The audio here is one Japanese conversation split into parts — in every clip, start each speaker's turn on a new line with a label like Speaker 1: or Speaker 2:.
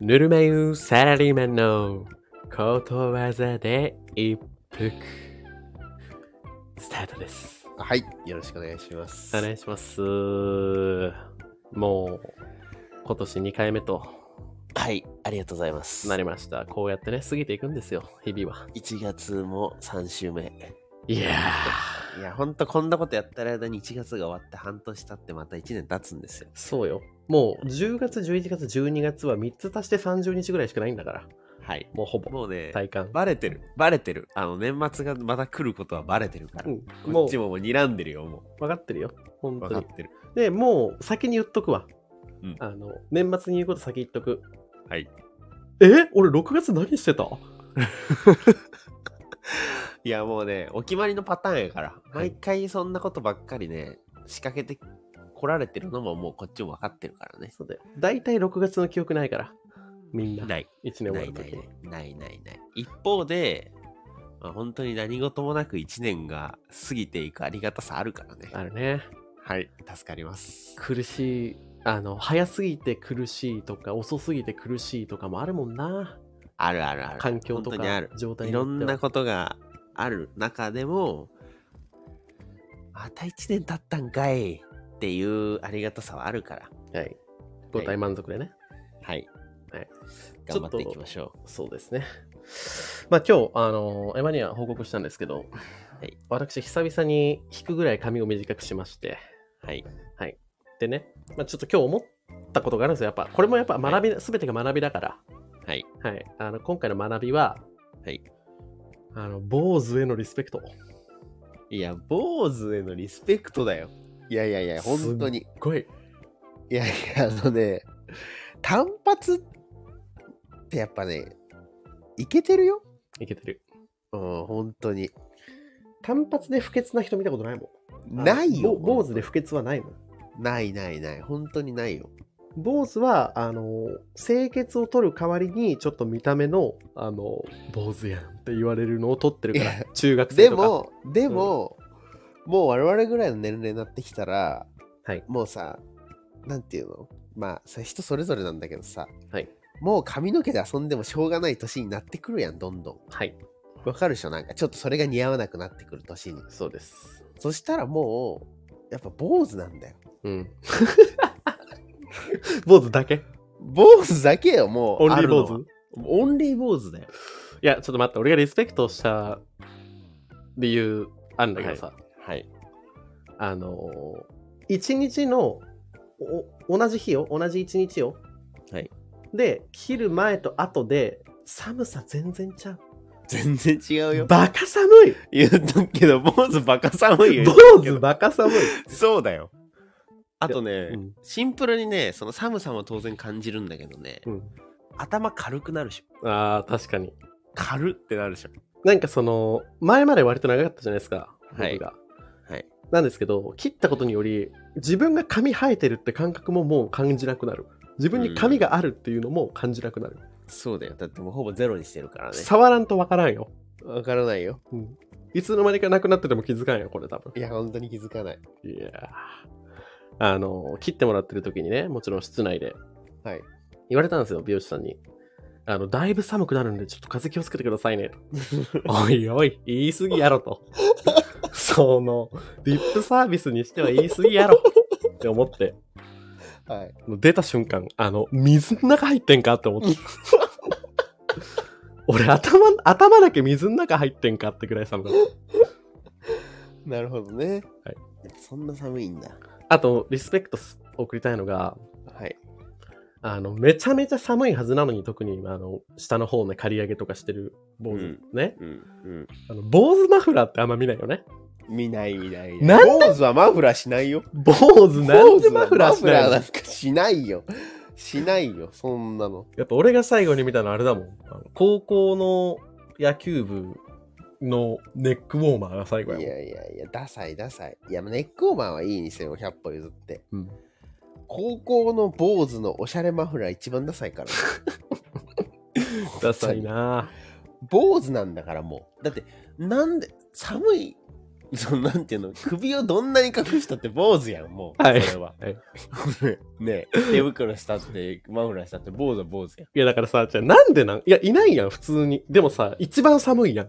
Speaker 1: ぬるま湯サラリーマンのことわざで一服。スタートです。
Speaker 2: はい、よろしくお願いします。
Speaker 1: お願いします。もう、今年2回目と
Speaker 2: はい、ありがとうございます。
Speaker 1: なりました。こうやってね、過ぎていくんですよ、日々は。
Speaker 2: 1月も3週目。
Speaker 1: いや
Speaker 2: いや、ほんとこんなことやってる間に1月が終わって半年経ってまた1年経つんですよ
Speaker 1: ー、。そうよ。もう、10月、11月、12月は3つ足して30日ぐらいしかないんだから、
Speaker 2: はい。
Speaker 1: もうほぼ、
Speaker 2: もうね、
Speaker 1: 体感。
Speaker 2: バレてる。バレてる。あの、年末がまた来ることはバレてるか
Speaker 1: う
Speaker 2: ら。
Speaker 1: ん
Speaker 2: こ
Speaker 1: も
Speaker 2: っち
Speaker 1: う、
Speaker 2: ももう睨んでるよ、も
Speaker 1: 分かってるよ。本
Speaker 2: う。
Speaker 1: 当
Speaker 2: 分か
Speaker 1: に
Speaker 2: っ。てる。
Speaker 1: で、もう、先に言っとくわ。
Speaker 2: うん
Speaker 1: あの、年末に言うこと先言っとく。
Speaker 2: はい。
Speaker 1: え俺6月何してた
Speaker 2: いや、もうね、お決まりのパターンやから。
Speaker 1: い
Speaker 2: 毎回そんなことばっかりね、仕掛けて来られてるのももうこっちも分かってるからね。
Speaker 1: そうだよ。大体6月の記憶ないから。みんな。
Speaker 2: ない。
Speaker 1: 1年終わ
Speaker 2: ない
Speaker 1: ると
Speaker 2: な
Speaker 1: き
Speaker 2: いないないないない一方で、まあ、本当に何事もなく1年が過ぎていくありがたさあるからね
Speaker 1: あるね。
Speaker 2: はい助かります
Speaker 1: 苦しい。あの、早すぎて苦しいとか、遅すぎて苦しいとかもあるもんな。
Speaker 2: あるあるある
Speaker 1: 環境と
Speaker 2: 本当にあ
Speaker 1: か
Speaker 2: る、
Speaker 1: 状態
Speaker 2: い
Speaker 1: によ
Speaker 2: ろ
Speaker 1: っては
Speaker 2: んなことがある中でもまた1年経ったんかいっていうありがたさはあるから
Speaker 1: はい。ご体満足でね。
Speaker 2: はい、
Speaker 1: はい、
Speaker 2: 頑張っていきましょ
Speaker 1: そうですね。まあ今日、あの、エマには報告したんですけど、
Speaker 2: はい
Speaker 1: 私、久々に引くぐらい髪を短くしまして、
Speaker 2: うはい
Speaker 1: でね、まあ、ちょっと今日思ったことがあるんですよ。やっぱ、これもやっぱ学び、すべてが学びだから。
Speaker 2: はい
Speaker 1: はい。あの、今回の学びは、
Speaker 2: はい。
Speaker 1: あの、坊主へのリスペクト。
Speaker 2: いや坊主へのリスペクトだよいやいやいや本当に
Speaker 1: すっごい。
Speaker 2: いやいや、あのね、単発ってやっぱね、いけてるよ。
Speaker 1: いけてる。
Speaker 2: うん、本当に。
Speaker 1: 単発で不潔な人見たことないもん。
Speaker 2: ない
Speaker 1: あ
Speaker 2: よ。
Speaker 1: のぼ坊主で不潔はないもん。
Speaker 2: ないないない。本当にないよ。
Speaker 1: 坊主は、あの、清潔を取る代わりに、ちょっと見た目の、あの、坊主やんって言われるのを取ってるか
Speaker 2: い
Speaker 1: ら
Speaker 2: や、
Speaker 1: 中学生
Speaker 2: で
Speaker 1: とか。、
Speaker 2: も、でも、もう我々ぐらいの年齢になってきたら、
Speaker 1: はい
Speaker 2: もうさ、なんていうのまあ、さ人それぞれなんだけどさ、
Speaker 1: はい。
Speaker 2: もう髪の毛で遊んでもしょうがない年になってくるやん、どんどん。
Speaker 1: はい。
Speaker 2: わかるでしょなんかちょっとそれが似合わなくなってくる年に。
Speaker 1: そうです。
Speaker 2: そしたらもう、やっぱ坊主なんだよ。
Speaker 1: うん。坊主だけ
Speaker 2: 坊主だけよ、もう。
Speaker 1: オンリー坊
Speaker 2: あるのは
Speaker 1: 主
Speaker 2: オンリー坊主だよ。
Speaker 1: いや、ちょっと待って、俺がリスペクトした理由あるんだけどさ、
Speaker 2: はい。
Speaker 1: あのー、一日のお同じ日よ、同じ一日よ。
Speaker 2: はい。
Speaker 1: で、切る前と後で、寒さ全然ちゃ
Speaker 2: 全然違う
Speaker 1: う。
Speaker 2: よ。
Speaker 1: バカ寒い
Speaker 2: 言うとくけど、坊主バカ寒いよ。
Speaker 1: 坊主バカ寒い、
Speaker 2: そうだよ。あとね、
Speaker 1: うん
Speaker 2: シンプルにね、その寒さも当然感じるんだけどね、
Speaker 1: うん、
Speaker 2: 頭軽くなるでしょ。
Speaker 1: あー確かに。
Speaker 2: 軽ってなるでしょ。
Speaker 1: なんかその、前まで割と長かったじゃないですか、
Speaker 2: はい
Speaker 1: 僕が。
Speaker 2: はい。
Speaker 1: なんですけど、切ったことにより、自分が髪生えてるって感覚ももう感じなくなる。自分に髪があるっていうのも感じなくなる。
Speaker 2: そうだよ。だってもうほぼゼロにしてるからね。
Speaker 1: 触らんとわからんよ。
Speaker 2: わからないよ。
Speaker 1: いつの間にかなくなってても気づかんよ、これ多分。
Speaker 2: いや、本当に気づかない。
Speaker 1: いやーあの、切ってもらってる時にね、もちろん室内で
Speaker 2: はい。
Speaker 1: 言われたんですよ、美容師さんに。あの、だいぶ寒くなるんで、ちょっと風気をつけてくださいね。とおいおい、言い過ぎやろと。その、リップサービスにしては言い過ぎやろって思って、
Speaker 2: はい。
Speaker 1: もう出た瞬間、あの、水の中入ってんかって思って。俺、頭、頭だけ水の中入ってんかってぐらい寒かった。
Speaker 2: なるほどね。
Speaker 1: はい。
Speaker 2: そんな寒いんだ。
Speaker 1: あと、リスペクトす送りたいのが、
Speaker 2: はい。
Speaker 1: あの、めちゃめちゃ寒いはずなのに、特に、あの、下の方ね、刈り上げとかしてる坊主、
Speaker 2: うん
Speaker 1: ね。
Speaker 2: うん。うん。
Speaker 1: あの、坊主マフラーってあんま見ないよね。
Speaker 2: 見ない見ない。
Speaker 1: なん
Speaker 2: 坊主はマフラーしないよ。
Speaker 1: 坊主なんでマフラーしないの
Speaker 2: マフラーなんかしないよ。しないよ、そんなの。
Speaker 1: やっぱ俺が最後に見たのあれだもん。あの高校の野球部のネックウォーマーが最
Speaker 2: い
Speaker 1: 後
Speaker 2: や
Speaker 1: や
Speaker 2: い
Speaker 1: もん。
Speaker 2: やいや、ダサいダサい。いや、ネックオーマーはいいにせよ、100歩譲って。
Speaker 1: うん
Speaker 2: 高校の坊主のおしゃれマフラー一番ダサいから。
Speaker 1: ダサいな
Speaker 2: 坊主なんだからもう。だって、なんで、寒いそのなんていうの首をどんなに隠したって坊主やんもう、
Speaker 1: はい
Speaker 2: それは、
Speaker 1: はい
Speaker 2: ね手袋したってマフラーしたって坊主は坊主や
Speaker 1: いやだからさ、じゃあなんでなんいや、いないやん、普通に。でもさ、一番寒いやん。
Speaker 2: ん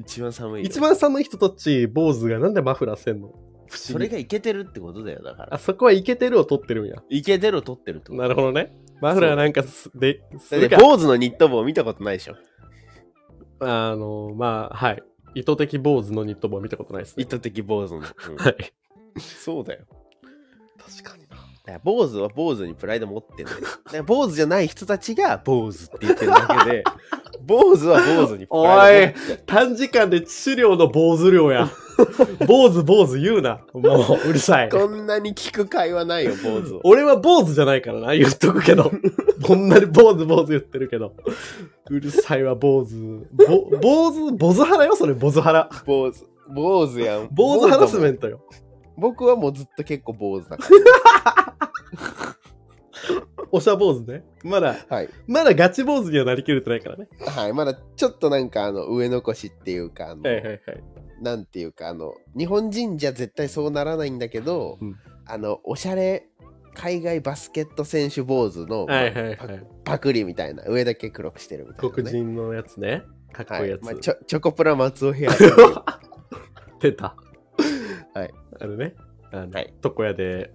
Speaker 2: 一番寒いよ
Speaker 1: 一番寒い人たち、坊主がなんでマフラーせんの不
Speaker 2: そ
Speaker 1: 思
Speaker 2: れ
Speaker 1: 議。
Speaker 2: がいけてるってことだよだか
Speaker 1: あ
Speaker 2: ら
Speaker 1: そこはイケてるを取ってるんや。
Speaker 2: いけてるを取ってるってこと
Speaker 1: なるほどね。マフラーなんかす、で、す
Speaker 2: だって
Speaker 1: るか。
Speaker 2: 坊主のニット帽見たことないでしょ
Speaker 1: あの、まあ、はい。意図的坊主のニット帽見たことないです
Speaker 2: 意
Speaker 1: ね。
Speaker 2: 図的坊 主の、うん
Speaker 1: はい。
Speaker 2: そうだよ
Speaker 1: 確かにな。
Speaker 2: だから坊主は坊主にプライド持ってるんだよだから坊主じゃない人たちが坊主って言ってる だけで坊主は坊主にプ
Speaker 1: お
Speaker 2: ライ
Speaker 1: い、短時間で致死量の坊主量 や。坊主坊主言うな。もう、うるさい。
Speaker 2: ド持ってるこんなに聞く会話ないよ坊主を
Speaker 1: 俺は坊主じゃないからな、言っとくけ ど。こんなに坊主坊主言ってるけど。うるさいわ、坊主。ぼ坊主、坊主腹よ、それ、坊主腹。
Speaker 2: 坊主坊主やん
Speaker 1: 坊主ハラスメントよ。
Speaker 2: 僕はもうずっと結構坊主だか
Speaker 1: おしゃ坊主ね。まだ、
Speaker 2: らはい
Speaker 1: まだガチ坊主にはなりきれてないからね。
Speaker 2: はいまだちょっとなんかあの上残しっていうかあの、
Speaker 1: いはい。
Speaker 2: なんていうかあの日本人じゃ絶対そうならないんだけど、
Speaker 1: うん
Speaker 2: あのおしゃれ海外バスケット選手坊主の、
Speaker 1: はいはい
Speaker 2: パ
Speaker 1: はい。
Speaker 2: パクリみたいな上だけ黒くしてるみたいなね、
Speaker 1: 黒人のやつね。かっこいいやつ。
Speaker 2: はいまあ、チョチョコプラ松尾ヘ アっていう
Speaker 1: 出 た。
Speaker 2: はい。
Speaker 1: あれね。あの
Speaker 2: はい、
Speaker 1: 床屋で、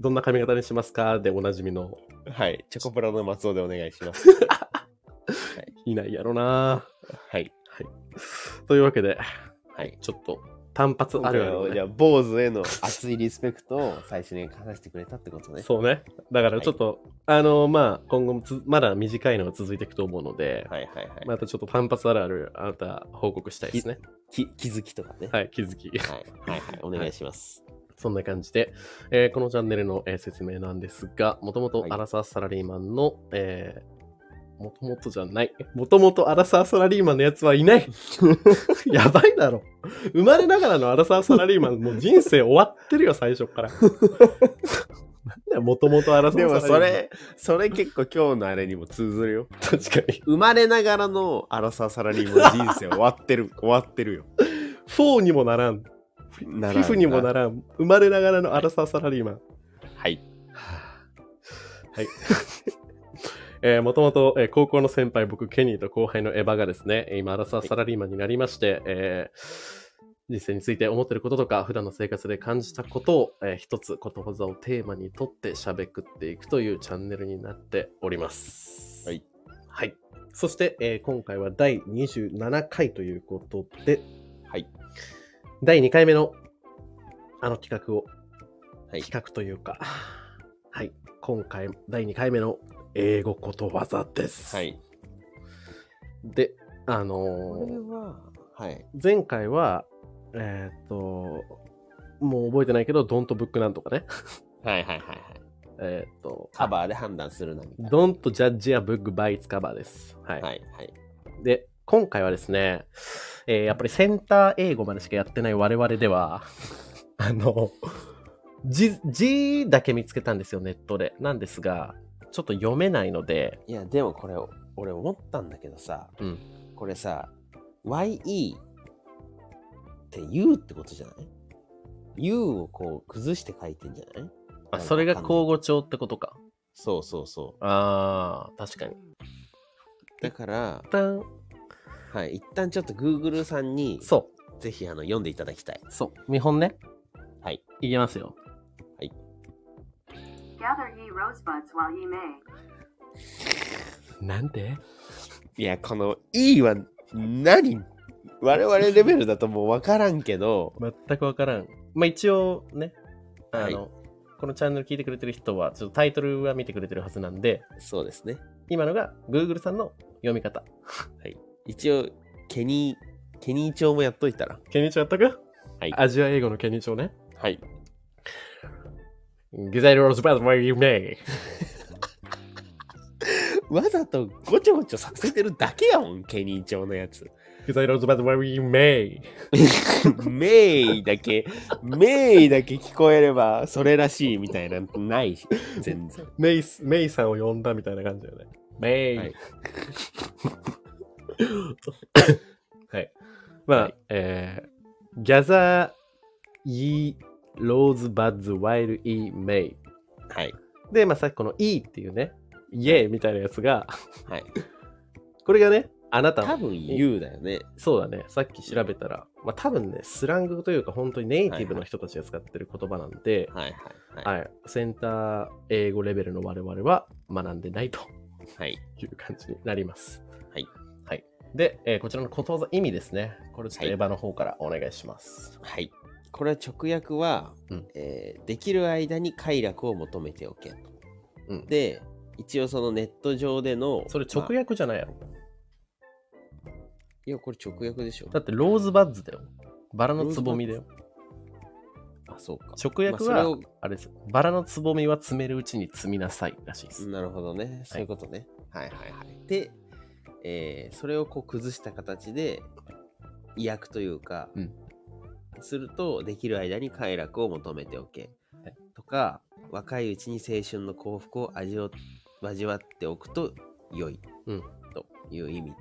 Speaker 1: どんな髪型にしますかでおなじみの、
Speaker 2: はいチョコプラの松尾でお願いします
Speaker 1: いないやろな
Speaker 2: はい
Speaker 1: というわけで、
Speaker 2: はい
Speaker 1: ちょっと、単発あるあるをね、
Speaker 2: じゃあ坊主への熱いリスペクトを最初に話してくれたってことね
Speaker 1: そうね。だからちょっと、あのまあ、今後もつまだ短いのが続いていくと思うので、
Speaker 2: はいはいはい、
Speaker 1: またちょっと単発あるある、あなた報告したいですね。
Speaker 2: き気づきとかね
Speaker 1: はい、気づき。
Speaker 2: はい、はい、はい、お願いします。
Speaker 1: そんな感じで、えーこのチャンネルの、えー説明なんですが、もともと
Speaker 2: はい
Speaker 1: アラサーサラリーマンの、えもともとじゃない。もともとアラサーサラリーマンのやつはい ない。やばいだろ。生まれながらのアラサーサラリー マン、もう人生終わってるよ、最初から。なんだよ、もともとアラサー
Speaker 2: で
Speaker 1: サラリーマ
Speaker 2: も
Speaker 1: ン。
Speaker 2: それ、それ結構今日のあれにも通ずるよ。
Speaker 1: 確かに。
Speaker 2: 生まれながらのアラサーサラリーマン人生終わって る、終わってるよ。
Speaker 1: 4にもならん。
Speaker 2: な
Speaker 1: フィフにもな
Speaker 2: ら
Speaker 1: らん。生まれながらのアラサーサラリーマン。
Speaker 2: ん。はい。
Speaker 1: はい。えー、もともと、えー高校の先輩、僕、ケニーと後輩のエヴァがですね、えー今、アラサーサラリーマンになりまして、えー人生について思ってることとか、普段の生活で感じたことを、えー一つことわざをテーマにとって喋っていくというチャンネルになっております。
Speaker 2: はい。
Speaker 1: はい。そして、えー今回は第27回ということで、
Speaker 2: はい。
Speaker 1: 第2回目のあの企画を、
Speaker 2: はい
Speaker 1: 企画というか、はい、今回、第2回目の英語ことわざです。
Speaker 2: はい。
Speaker 1: で、あの
Speaker 2: これ
Speaker 1: ー
Speaker 2: は、はい。
Speaker 1: 前回は、えーっと、もう覚えてないけど、ドントブックなんとかね、
Speaker 2: はいはいはいはい。
Speaker 1: えーっと、
Speaker 2: カバーで判断するなみたい
Speaker 1: ドントジャッジやブックバイツカバーです。はい。
Speaker 2: な。はいはい。
Speaker 1: で、今回はですね、えーやっぱりセンター英語までしかやってない我々では、 あの、字、字だけ見つけたんですよ、ネットで。なんですが、ちょっと読めないので、
Speaker 2: いや、でもこれ、俺思ったんだけどさ、
Speaker 1: うん
Speaker 2: これさ、YE って言うってことじゃない ?U をこう崩して書いてんじゃない
Speaker 1: あそれが交互調ってことか。
Speaker 2: そうそうそう。
Speaker 1: あー、確かに。
Speaker 2: だから、
Speaker 1: 一旦、
Speaker 2: はい、一旦ちょっと Google さんに
Speaker 1: そ
Speaker 2: ぜひあの読んでいただきたい。
Speaker 1: う、そう、見本ね。
Speaker 2: はい。
Speaker 1: いきますよ。
Speaker 3: Gather ye rosebuds while ye may.
Speaker 1: なんて
Speaker 2: いや、この E は何我々レベルだともう分からんけど、
Speaker 1: 全くわからん。まあ、一応ね、あ
Speaker 2: はい
Speaker 1: の、このチャンネル聞いてくれてる人は、ちょっとタイトルは見てくれてるはずなんで、
Speaker 2: そうですね。
Speaker 1: 今のが Google さんの読み方。
Speaker 2: 一応、ケニー、ケニー帳もやっといたら。
Speaker 1: ケニチョやったか
Speaker 2: はい
Speaker 1: アジア英語のケニチョね。
Speaker 2: はい。
Speaker 1: ギザイローズバーズマイユメ
Speaker 2: わざとごちゃごちゃさせてるだけやもん、ケニー帳のやつ。
Speaker 1: イ。ギザイローズバーズマイユメイ。
Speaker 2: メイだけ、メイだけ聞こえれば、それらしいみたいな、ないし、全然。
Speaker 1: メイス、メイさんを呼んだみたいな感じだよね。メイ。は
Speaker 2: は いい。
Speaker 1: まあ、
Speaker 2: はい
Speaker 1: えー gather ye rosebuds while ye may。
Speaker 2: はい。
Speaker 1: で、まあ、さっきこの E っていうね、イエーみたいなやつが、
Speaker 2: はい。
Speaker 1: これがね、あなた
Speaker 2: 多
Speaker 1: の、
Speaker 2: 分言うだよね。
Speaker 1: そうだね、さっき調べたら、まあ、多分ね、スラングというか、本当にネイティブの人たちが使ってる言葉なんで、
Speaker 2: はいはいは
Speaker 1: はい、センター英語レベルの我々は学んでないと
Speaker 2: い。はい。
Speaker 1: いう感じになります。
Speaker 2: はい。
Speaker 1: はい、で、えーこちらのことわざ意味ですね。これちょっと
Speaker 2: は
Speaker 1: エ
Speaker 2: い
Speaker 1: ヴァの方からお願いします。
Speaker 2: はい。これは直訳は、
Speaker 1: うん
Speaker 2: えーできる間に快楽を求めておけと。
Speaker 1: うん
Speaker 2: で、一応そのネット上での。
Speaker 1: それ
Speaker 2: まあ
Speaker 1: 直訳じゃないやろ。
Speaker 2: いや、これ直訳でしょ。
Speaker 1: だってローズバッズだよ。バラのつぼみだよ。
Speaker 2: あ、そうか。
Speaker 1: 直訳
Speaker 2: まあ
Speaker 1: は、
Speaker 2: そ
Speaker 1: あれです。バラのつぼみは詰めるうちに積みなさいらしいで
Speaker 2: れを、
Speaker 1: す。
Speaker 2: なるほどね。そういうことね。はいはいはい。で、えーそれをこう崩した形で、意訳というか、
Speaker 1: うん
Speaker 2: すると、できる間に快楽を求めておけ。とか、若いうちに青春の幸福を味を味わっておくと良い。
Speaker 1: うん
Speaker 2: という意味。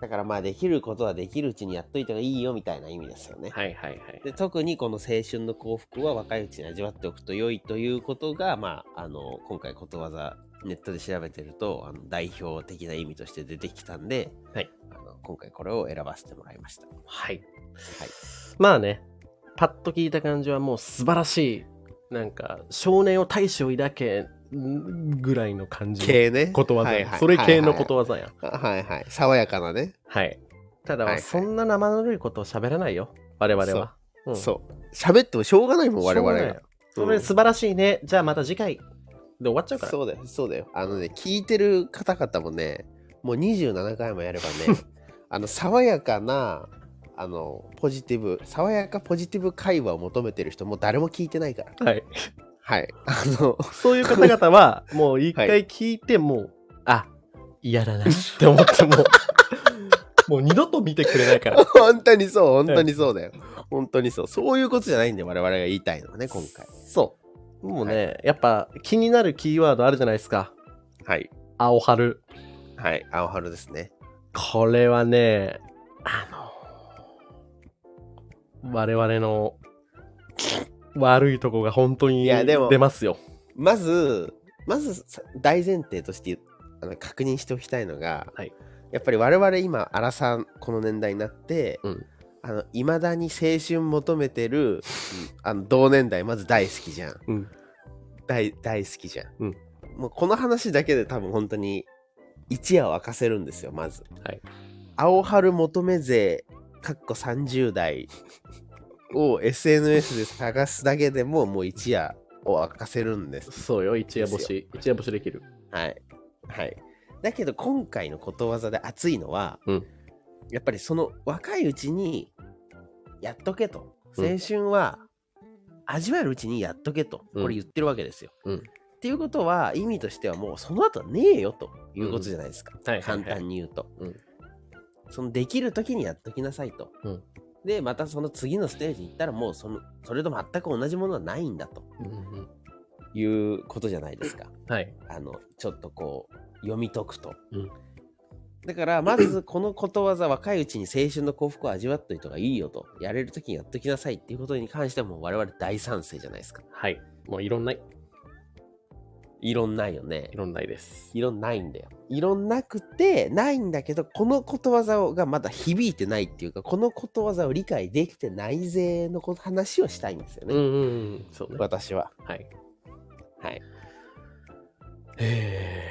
Speaker 2: だからまあ、できることはできるうちにやっといた方がいいよみたいな意味ですよね。
Speaker 1: はいはいはい。
Speaker 2: で特にこの青春の幸福は若いうちに味わっておくと良いということが、まあ、あの今回ことわざネットで調べてるとあの代表的な意味として出てきたんで、
Speaker 1: はい
Speaker 2: あの今回これを選ばせてもらいました。
Speaker 1: はい。まあね、パッと聞いた感じはもう素晴らしい、なんか、少年を大志を抱け、んぐらいの感じの
Speaker 2: ね
Speaker 1: ことわざ、それ系のこと
Speaker 2: わ
Speaker 1: わざやん。
Speaker 2: ざ。はいはい。爽やかなね。
Speaker 1: はい。ただ、
Speaker 2: はいはい
Speaker 1: そんな生ぬるいことを喋らないよ、我々は。うん
Speaker 2: う。喋ってもしょうがないも
Speaker 1: しょうがないよ。それ素晴らしいね。じゃあまた次回。で終わっちゃうから。
Speaker 2: そうだよ、そうだよ。あのね、聞いてる方々もね、もう27回もやればね、 あの、爽やかな、あの、ポジティブ、爽やかポジティブ会話を求めてる人、もう誰も聞いてないから。
Speaker 1: はい。
Speaker 2: はい。 あの、
Speaker 1: そういう方々は、 もう一
Speaker 2: は
Speaker 1: 回聞いて、もう、あ、嫌だなって思って も、もう二度と見てくれないから。
Speaker 2: 本当にそう、本当にそうだよ。本当にそう。そういうことじゃないんで、我々が言いたいのはね、今回。
Speaker 1: そう。もうね、やっぱ気になるキーワードあるじゃないですか。
Speaker 2: はい。
Speaker 1: 青春。
Speaker 2: はい。青春ですね。
Speaker 1: これはね、あの、我々の悪いとこが本当に
Speaker 2: いやでも
Speaker 1: 出ますよ。
Speaker 2: まず、まずさ大前提としてあの確認しておきたいのが、
Speaker 1: はい
Speaker 2: やっぱり我々今、アラさん、この年代になって、
Speaker 1: うん
Speaker 2: あの未だに青春求めてる、あの同年代、まず大好きじゃん。
Speaker 1: うん
Speaker 2: 大大好きじゃん。
Speaker 1: うん
Speaker 2: もうこの話だけで多分本当に一夜を明かせるんですよ、まず。
Speaker 1: はい
Speaker 2: 青春求め勢、かっこ30代を SNS で探すだけでももう一夜を明かせるんです
Speaker 1: そうよ、一夜干し。一夜干しできる。
Speaker 2: はい。はい。だけど今回のことわざで熱いのは、
Speaker 1: うん
Speaker 2: やっぱりその若いうちにやっとけと。
Speaker 1: うん
Speaker 2: 青春は味わえるうちにやっとけと。
Speaker 1: うん
Speaker 2: これ言ってるわけですよ。
Speaker 1: うん
Speaker 2: っていうことは意味としてはもうその後はねえよということじゃないですか。
Speaker 1: はい
Speaker 2: 簡単に言うと、
Speaker 1: うん
Speaker 2: そのできる時にやっときなさいと、
Speaker 1: うん
Speaker 2: でまたその次のステージに行ったらもうそのそれと全く同じものはないんだと
Speaker 1: うんうん
Speaker 2: いうことじゃないですか
Speaker 1: はい。
Speaker 2: あのちょっとこう読み解くと、
Speaker 1: うん
Speaker 2: だからまずこのことわざ若いうちに青春の幸福を味わっといた方がいいよとやれる時にやっときなさいっていうことに関してはもう我々大賛成じゃないですか
Speaker 1: はい。もういろんな、い
Speaker 2: 異論ないよね
Speaker 1: ろんないです。
Speaker 2: 異論ないんだよ異論なくてないんだけどこのことわざがまだ響いてないっていうかこのことわざを理解できてないぜのこと話をしたいんですよ
Speaker 1: う
Speaker 2: ね、
Speaker 1: んうんうん。そうね。
Speaker 2: 私は
Speaker 1: はい。
Speaker 2: はい
Speaker 1: へえ。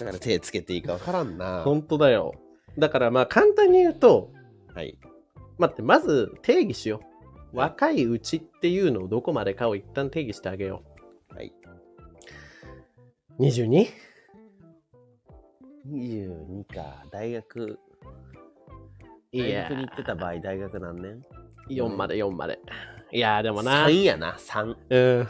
Speaker 2: だから手つけていいかわからんな
Speaker 1: 本当だよ。だからまあ簡単に言うと、
Speaker 2: はい
Speaker 1: 待って、まず定義しよう。若いうちっていうのをどこまでかを一旦定義してあげよ。
Speaker 2: はいう
Speaker 1: 22?
Speaker 2: 22か大学
Speaker 1: い
Speaker 2: 大
Speaker 1: や
Speaker 2: 学、に行ってた場合大学何年
Speaker 1: 4まで4まで。いやー、でもな。
Speaker 2: 3やな3
Speaker 1: うん。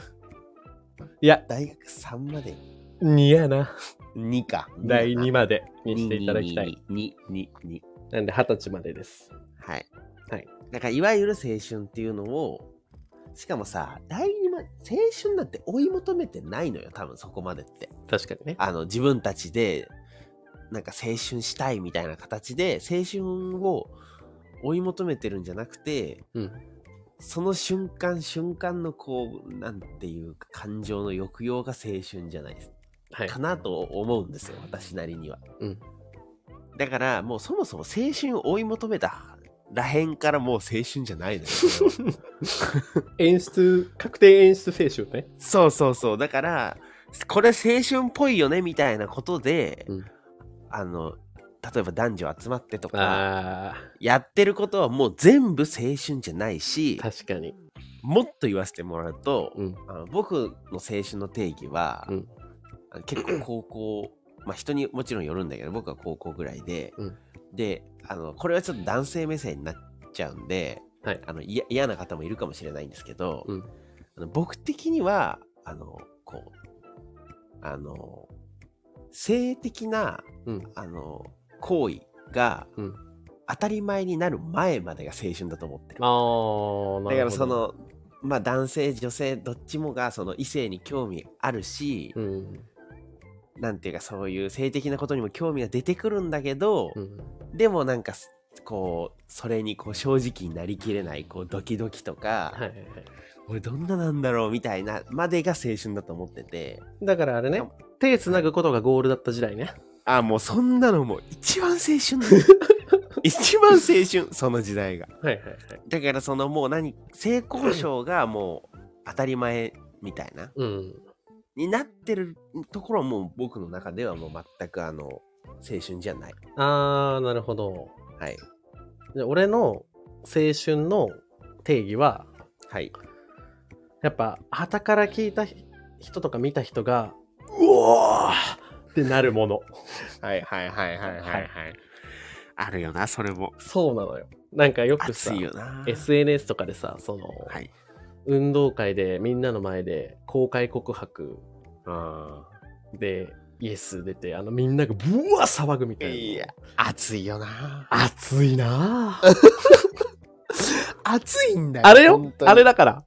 Speaker 1: いや、
Speaker 2: 大学3まで
Speaker 1: 2やな。
Speaker 2: 2か
Speaker 1: 第2
Speaker 2: ま
Speaker 1: までにしていただきたい。
Speaker 2: 222
Speaker 1: なんで、二十歳までです。
Speaker 2: はい
Speaker 1: はい
Speaker 2: だからいわゆる青春っていうのをしかもさ第二ま青春なんて追い求めてないのよ多分そこまでって
Speaker 1: 確かにね。
Speaker 2: あの自分たちでなんか青春したいみたいな形で青春を追い求めてるんじゃなくて、
Speaker 1: うん
Speaker 2: その瞬間瞬間のこうなんていうか感情の抑揚が青春じゃないです
Speaker 1: はい
Speaker 2: か。なと思うんですよ私なりには、
Speaker 1: うん
Speaker 2: だからもうそもそも青春を追い求めたらへんからもう青春じゃないのよそ れは
Speaker 1: 演出、確定演出青春ね。
Speaker 2: そうそうそうだからこれ青春っぽいよねみたいなことで、
Speaker 1: うん
Speaker 2: あの例えば男女集まってとか
Speaker 1: あ
Speaker 2: やってることはもう全部青春じゃないし
Speaker 1: あ、確かに。
Speaker 2: もっと言わせてもらうと、
Speaker 1: うん。
Speaker 2: あの僕の青春の定義は、
Speaker 1: うん
Speaker 2: あの結構高校まあ人にもちろんよるんだけど僕は高校ぐらいで、
Speaker 1: うん
Speaker 2: であのこれはちょっと男性目線になっちゃうんで、
Speaker 1: はい
Speaker 2: あのいや嫌な方もいるかもしれないんですけど、
Speaker 1: うん
Speaker 2: あの僕的にはあのこうあの性的な
Speaker 1: うん。
Speaker 2: あの行為が、
Speaker 1: うん
Speaker 2: 当たり前になる前までが青春だと思ってる。
Speaker 1: ああ、なるほど。
Speaker 2: だからそ、のまあ男性女性どっちもがその異性に興味あるし、
Speaker 1: うん。
Speaker 2: なんていうかそういう性的なことにも興味が出てくるんだけど、
Speaker 1: うん。
Speaker 2: でもなんかすこうそれにこう正直になりきれないこうドキドキとか、
Speaker 1: はいはいはい。
Speaker 2: 俺どんななんだろうみたいなまでが青春だと思っ てて
Speaker 1: だからあれね、手つなぐことがゴールだった時代ね。
Speaker 2: あもうそんなのもう一番青春 一番青春その時代が
Speaker 1: はいはいはい。
Speaker 2: だからそのもう何性交渉がもう当たり前みたいな
Speaker 1: うん。
Speaker 2: になってるところはもう僕の中ではもう全くあの青春じゃない。
Speaker 1: ああ、なるほど。
Speaker 2: はい。
Speaker 1: で俺の青春の定義は、
Speaker 2: はい。
Speaker 1: やっぱ、旗から聞いた人とか見た人が、うおーってなるもの。
Speaker 2: はいはいはいはい
Speaker 1: はい
Speaker 2: あるよな、それも。
Speaker 1: そうなのよ。なんかよく
Speaker 2: 熱
Speaker 1: さ、
Speaker 2: いよな。
Speaker 1: SNS とかでさ、その、
Speaker 2: はい。
Speaker 1: 運動会でみんなの前で公開告白
Speaker 2: あ
Speaker 1: でイエス出て、あのみんながブワー騒ぐみたいな。
Speaker 2: いや、熱いよな。
Speaker 1: 熱いなぁ
Speaker 2: 熱いんだ
Speaker 1: あれよあれだから。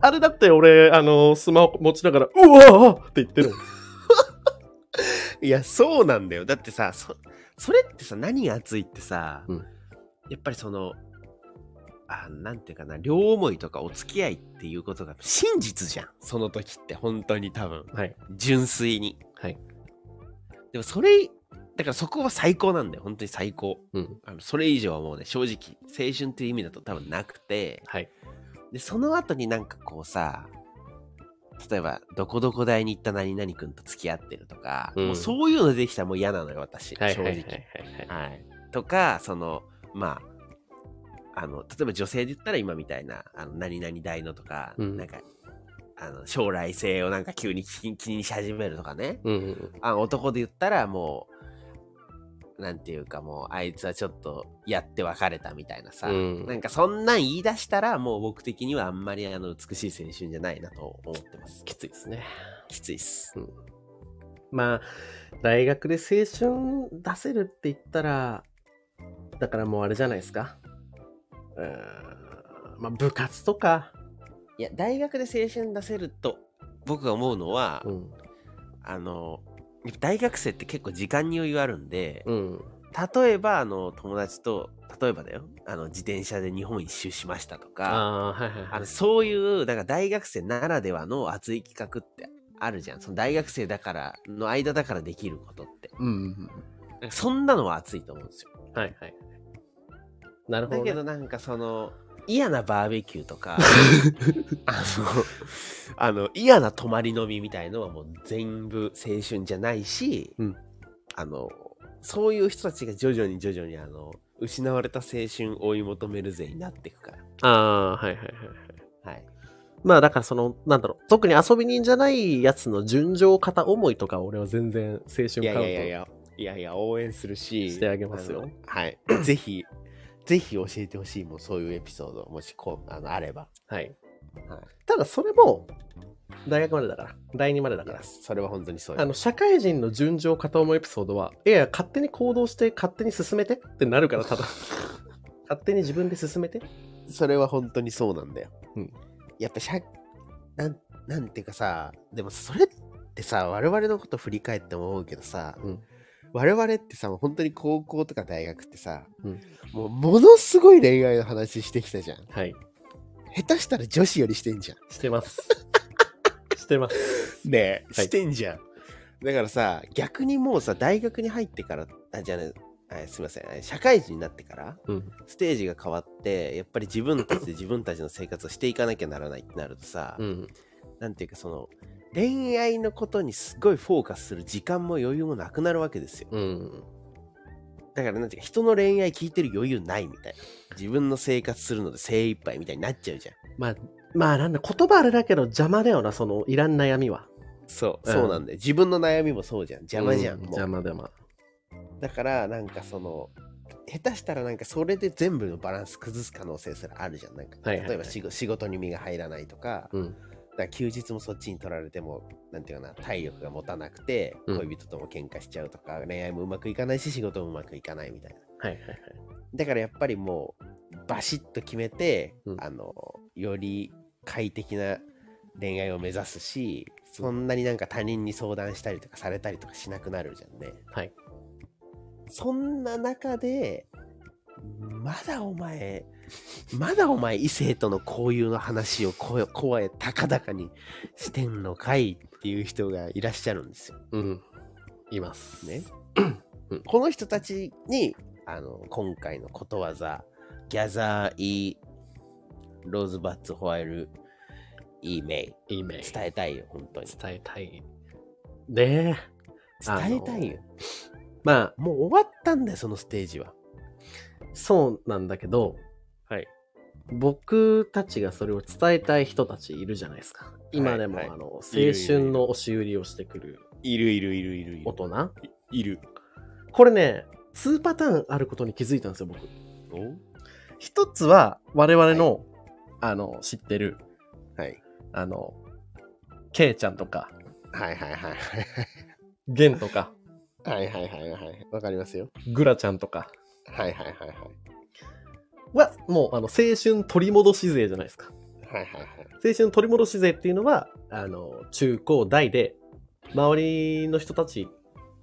Speaker 1: あれだって俺、あの、スマホ持ちながら、うわーって言ってるもん。
Speaker 2: いや、そうなんだよ。だってさ、そそれってさ、何が熱いってさ、
Speaker 1: うん
Speaker 2: やっぱりその、あなんていうかな、両思いとかお付き合いっていうことが真実じゃん。その時って、本当に多分。
Speaker 1: はい。
Speaker 2: 純粋に。
Speaker 1: はい。
Speaker 2: でもそれ、だからそこは最高なんだよ。本当に最高。
Speaker 1: うん。
Speaker 2: あのそれ以上はもうね、正直、青春っていう意味だと多分なくて、
Speaker 1: はい。
Speaker 2: で、その後になんかこうさ、例えば、どこどこ大に行った何々君と付き合ってるとか、
Speaker 1: うん
Speaker 2: もうそういうのできたらもう嫌なのよ、私、
Speaker 1: はいはいはい
Speaker 2: 正直。はい。とか、その、まあ、あの、例えば女性で言ったら今みたいな、あの何々大のとか、
Speaker 1: うん
Speaker 2: なんか、あの将来性をなんか急に気に気にし始めるとかね。
Speaker 1: うん。
Speaker 2: あ男で言ったらもうなんていうかもうあいつはちょっとやって別れたみたいなさ、
Speaker 1: うん
Speaker 2: なんかそんなん言い出したらもう僕的にはあんまりあの美しい青春じゃないなと思ってます
Speaker 1: きついですね。
Speaker 2: きついっす
Speaker 1: まあ、大学で青春出せるって言ったら、だからもうあれじゃないですか。うーん。まあ、部活とか。
Speaker 2: いや大学で青春出せると僕が思うのは、
Speaker 1: ん。
Speaker 2: あのやっぱ大学生って結構時間に余裕あるんで、
Speaker 1: うん。
Speaker 2: 例えばあの友達と例えばだよあの自転車で日本一周しましたとか
Speaker 1: ああー、はいはい
Speaker 2: あ
Speaker 1: はい
Speaker 2: の。そういうなんか大学生ならではの熱い企画ってあるじゃんその大学生だからの間だからできることって
Speaker 1: うん。
Speaker 2: なんかそんなのは熱いと思うんですよ
Speaker 1: はいはい。なるほど、
Speaker 2: だ
Speaker 1: ね。
Speaker 2: けどなんかその嫌なバーベキュー とかあのあの嫌な泊まり飲みみたいのはもう全部青春じゃないし、
Speaker 1: うん
Speaker 2: あのそういう人たちが徐々に徐々にあの失われた青春を追い求めるぜになっていくから
Speaker 1: ああ、はいはいはい。
Speaker 2: はい
Speaker 1: まあだからその、なんだろう、特に遊び人じゃないやつの純情片思いとか俺は全然青春
Speaker 2: いやい
Speaker 1: カウ
Speaker 2: やいやい
Speaker 1: ン
Speaker 2: やいやいや応援するし
Speaker 1: してあげますよ
Speaker 2: の はいぜひぜひ教えてほしいもんそういうエピソードもしこうあのあれば
Speaker 1: ト。はい。
Speaker 2: はい
Speaker 1: ただそれも、大学までだから、第2までだ
Speaker 2: だ
Speaker 1: から
Speaker 2: か
Speaker 1: ら。
Speaker 2: それは本当にそうよ
Speaker 1: あの、社会人の純情片思いエピソードは、いやいや、勝手に行動して、勝手に進めてってなるから、 ただ。勝手に自分で進めて。
Speaker 2: それは本当にそうなんだよ、
Speaker 1: うん
Speaker 2: やっぱしゃなんなんていうかさでもそれってさ我々のこと振り返っても思うけどさ、
Speaker 1: うん
Speaker 2: 我々ってさ、本当に高校とか大学ってさ、
Speaker 1: うん
Speaker 2: もうものすごい恋愛の話してきたじゃん。
Speaker 1: はい。
Speaker 2: 下手したら女子よりしてんじゃ
Speaker 1: して ます。してます。
Speaker 2: ん。ねえ、
Speaker 1: はい
Speaker 2: してんじゃん。だからさ、逆にもうさ、大学に入ってから、あ、じゃあね、あすいません、あ社会人になってから、
Speaker 1: うん。
Speaker 2: ステージが変わって、やっぱり自分たちで自分たちの生活をしていかなきゃならないってなるとさ、
Speaker 1: うん。
Speaker 2: なんていうかその、恋愛のことにすごいフォーカスする時間も余裕もなくなるわけですよ。
Speaker 1: うん。
Speaker 2: だからなんていうか人の恋愛聞いてる余裕ないみたいな自分の生活するので精一杯みたいになっちゃうじゃん
Speaker 1: まあ、まあなんだ、言葉あれだけど邪魔だよな、そのいらん悩みは。
Speaker 2: そう、
Speaker 1: うん
Speaker 2: そうなんだよ自分の悩みもそうじゃん邪魔じゃん、
Speaker 1: う
Speaker 2: もう
Speaker 1: 邪魔だま。
Speaker 2: だからなんかその下手したらなんかそれで全部のバランス崩す可能性すらあるじゃんなんか
Speaker 1: はいはいはい
Speaker 2: 例えば仕事仕事に身が入らないとか,、
Speaker 1: うん。
Speaker 2: だから休日もそっちに取られてもなんていうかな体力が持たなくて
Speaker 1: うん
Speaker 2: 恋人とも喧嘩しちゃうとか、恋愛もうまくいかないし仕事もうまくいかないみたいな
Speaker 1: はいはいはい。
Speaker 2: だからやっぱりもうバシッと決めて、
Speaker 1: うん
Speaker 2: あのより快適な恋愛を目指すしそんなになんか他人に相談したりとかされたりとかしなくなるじゃんね。
Speaker 1: はい
Speaker 2: そんな中でまだお前まだお前異性との交友の話を声声高々にしてんのかいっていう人がいらっしゃるんですよ。
Speaker 1: うん。います。
Speaker 2: ね。
Speaker 1: うん
Speaker 2: この人たちにあの今回のことわざギャザー・イー・ローズバッツ・ホワイル・イー・メイ
Speaker 1: いいね。
Speaker 2: 伝えたいよ本当に
Speaker 1: 伝えたい。ねあの
Speaker 2: 伝えたいよ
Speaker 1: え。まあ、
Speaker 2: もう終わったんだよそのステージは
Speaker 1: そうなんだけど、
Speaker 2: はい
Speaker 1: 僕たちがそれを伝えたい人たちいるじゃないですか。今でも、
Speaker 2: はいはい
Speaker 1: あの青
Speaker 2: いるいる
Speaker 1: 春の押し売りをしてくる
Speaker 2: いるいるいるいるい
Speaker 1: 大人。
Speaker 2: いる
Speaker 1: これね、2パターンあることに気づいたんですよ、僕。一つは、我々の、あの、知ってる、
Speaker 2: はい
Speaker 1: あの、ケイちゃんとか、
Speaker 2: はいはいはい
Speaker 1: ゲンとか、
Speaker 2: はいはいはいはいはいわかりますよ
Speaker 1: グラちゃんとか
Speaker 2: はいはいはいはい
Speaker 1: は、もう、あの、青春取り戻し勢じゃないですか。
Speaker 2: はいはいはい
Speaker 1: 青春取り戻し勢っていうのはあの中高大で周りの人たち